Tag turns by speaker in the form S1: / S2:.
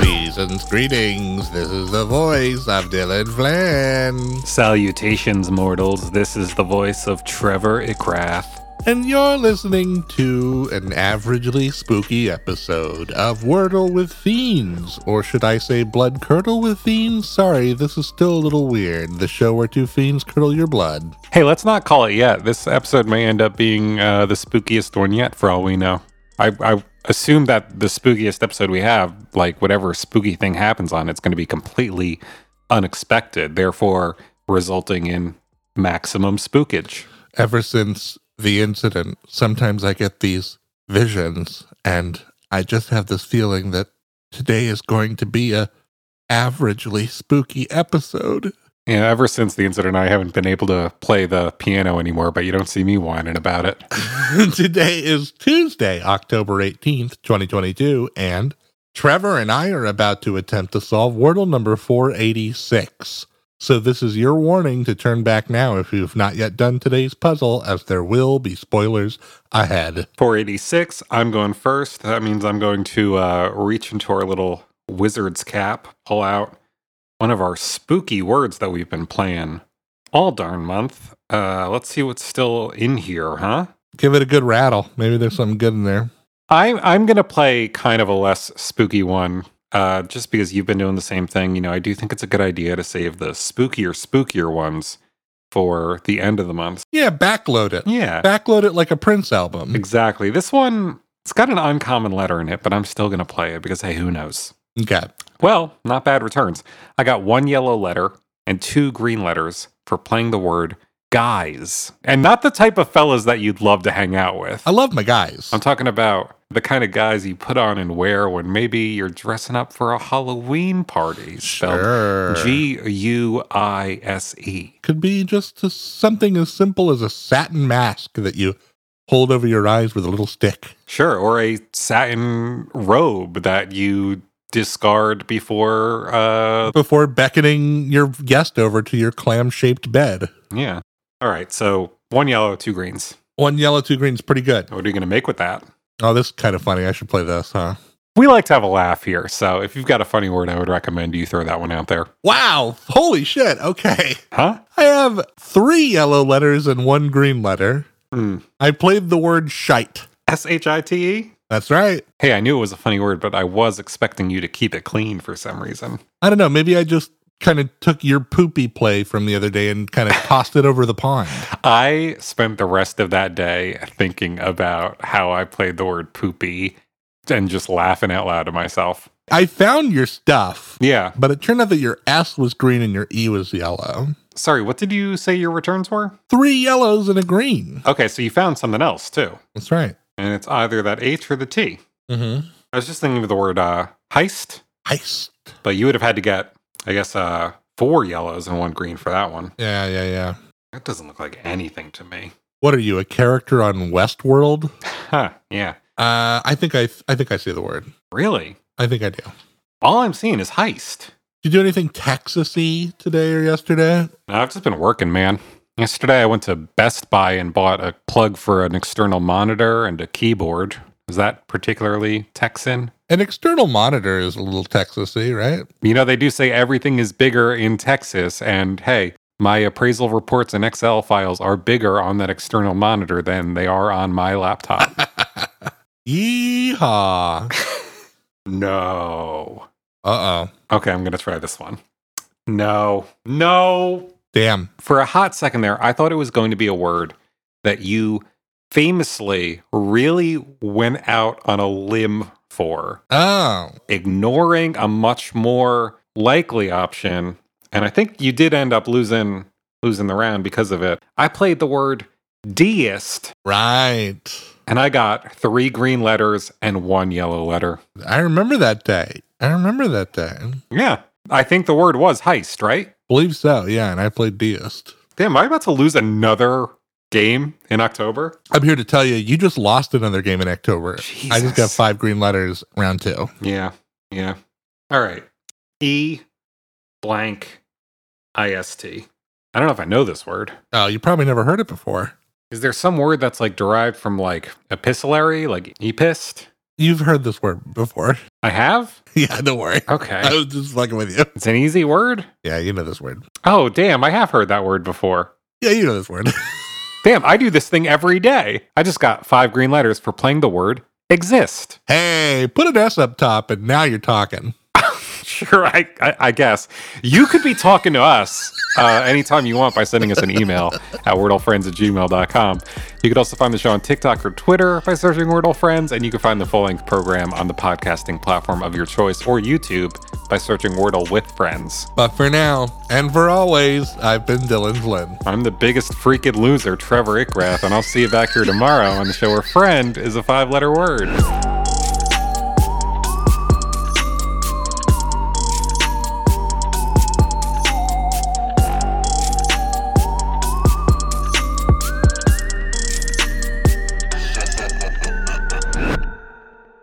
S1: Season's greetings. This is the voice of Dylan Flynn.
S2: Salutations, mortals. This is the voice of Trevor Ickrath.
S1: And you're listening to an averagely spooky episode of Wordle with Fiends, or should I say Blood Curdle with Fiends? Sorry, this is still a little weird. The show where two fiends curdle your blood.
S2: Hey, let's not call it yet. This episode may end up being uh, the spookiest one yet, for all we know. I, I assume that the spookiest episode we have, like whatever spooky thing happens on, it's going to be completely unexpected, therefore resulting in maximum spookage.
S1: Ever since the incident, sometimes I get these visions, and I just have this feeling that today is going to be a averagely spooky episode.
S2: You know, ever since the incident, I haven't been able to play the piano anymore, but you don't see me whining about it.
S1: Today is Tuesday, October 18th, 2022, and Trevor and I are about to attempt to solve Wordle number 486. So, this is your warning to turn back now if you've not yet done today's puzzle, as there will be spoilers ahead.
S2: 486, I'm going first. That means I'm going to uh, reach into our little wizard's cap, pull out one of our spooky words that we've been playing all darn month. Uh, let's see what's still in here, huh?
S1: Give it a good rattle. Maybe there's something good in there.
S2: I'm I'm gonna play kind of a less spooky one, uh, just because you've been doing the same thing. You know, I do think it's a good idea to save the spookier, spookier ones for the end of the month.
S1: Yeah, backload it.
S2: Yeah,
S1: Backload it like a Prince album.
S2: exactly. This one, it's got an uncommon letter in it, but I'm still gonna play it because hey, who knows?
S1: Okay.
S2: Well, not bad returns. I got one yellow letter and two green letters for playing the word guys, and not the type of fellas that you'd love to hang out with.
S1: I love my guys.
S2: I'm talking about the kind of guys you put on and wear when maybe you're dressing up for a Halloween party. Spelled
S1: Sure.
S2: G U I S E.
S1: could be just a- something as simple as a satin mask that you hold over your eyes with a little stick.
S2: Sure. Or a satin robe that you discard before, uh,
S1: before beckoning your guest over to your clam shaped bed.
S2: yeah. All right. So one yellow, two greens.
S1: One yellow, two green's pretty good.
S2: What are you going to make with that?
S1: Oh, this is kind of funny. I should play this, huh?
S2: We like to have a laugh here. So if you've got a funny word, I would recommend you throw that one out there.
S1: Wow. Holy shit. Okay.
S2: Huh?
S1: I have three yellow letters and one green letter.
S2: Hmm.
S1: I played the word shite.
S2: S H I T E?
S1: That's right.
S2: Hey, I knew it was a funny word, but I was expecting you to keep it clean for some reason.
S1: I don't know. Maybe I just kind of took your poopy play from the other day and kind of tossed it over the pond.
S2: I spent the rest of that day thinking about how I played the word poopy and just laughing out loud to myself.
S1: I found your stuff,
S2: Yeah.
S1: but it turned out that your S was green and your E was yellow.
S2: Sorry, what did you say your returns were?
S1: Three yellows and a green.
S2: Okay, so you found something else too.
S1: That's right.
S2: And it's either that H or the T.
S1: Mm-hmm.
S2: I was just thinking of the word uh, heist,
S1: Heist.
S2: but you would have had to get, I guess, uh, four yellows and one green for that one.
S1: Yeah, yeah, yeah.
S2: That doesn't look like anything to me.
S1: What are you, a character on Westworld?
S2: Huh, yeah.
S1: Uh, I think I, I think I see the word.
S2: Really?
S1: I think I do. Did
S2: All I'm seeing is heist.
S1: you do anything Texasy today or yesterday?
S2: No, I've just been working, man. Yesterday I went to Best Buy and bought a plug for an external monitor and a keyboard. Is that particularly Texan?
S1: An external monitor is a little Texasy, right?
S2: You know, they do say everything is bigger in Texas, and hey, my appraisal reports and Excel files are bigger on that external monitor than they are on my laptop.
S1: Yeehaw!
S2: no.
S1: Uh oh.
S2: Okay, I'm going to try this one. No. No.
S1: Damn.
S2: for a hot second there, I thought it was going to be a word that you famously really went out on a limb for,
S1: Oh,
S2: ignoring a much more likely option. And I think you did end up losing losing the round because of it. I played the word deist
S1: right.
S2: and I got three green letters and one yellow letter.
S1: I remember that day. I remember that day.
S2: Yeah. I think the word was heist, right?
S1: Believe so. Yeah, and I played Deist.
S2: Damn, am I about to lose another game in October.
S1: I'm here to tell you, you just lost another game in October. I just got
S2: Jesus.
S1: five green letters round two.
S2: Yeah. Yeah. All right. E blank IST. I don't know if I know this word.
S1: Oh, you probably never heard it before.
S2: Is there some word that's like derived from like epistolary, like epist?
S1: You've heard this word before.
S2: I have?
S1: Yeah, don't worry. I
S2: Okay.
S1: was just fucking with you.
S2: It's an easy word?
S1: Yeah, you know this word.
S2: Oh, damn. I have heard that word before.
S1: Yeah, you know this word.
S2: Damn, I do this thing every day. I just got five green letters for playing the word exist.
S1: hey, put an S up top and now you're talking.
S2: Sure, I, I, I guess. You could be talking to us uh, anytime you want by sending us an email at wordlefriends at gmail.com. You could also find the show on TikTok or Twitter by searching Wordle Friends, and you can find the full length program on the podcasting platform of your choice or YouTube by searching Wordle with Friends.
S1: But for now and for always, I've been Dylan Flynn.
S2: I'm the biggest freaking loser, Trevor Ickrath, and I'll see you back here tomorrow on the show where friend is a five letter word.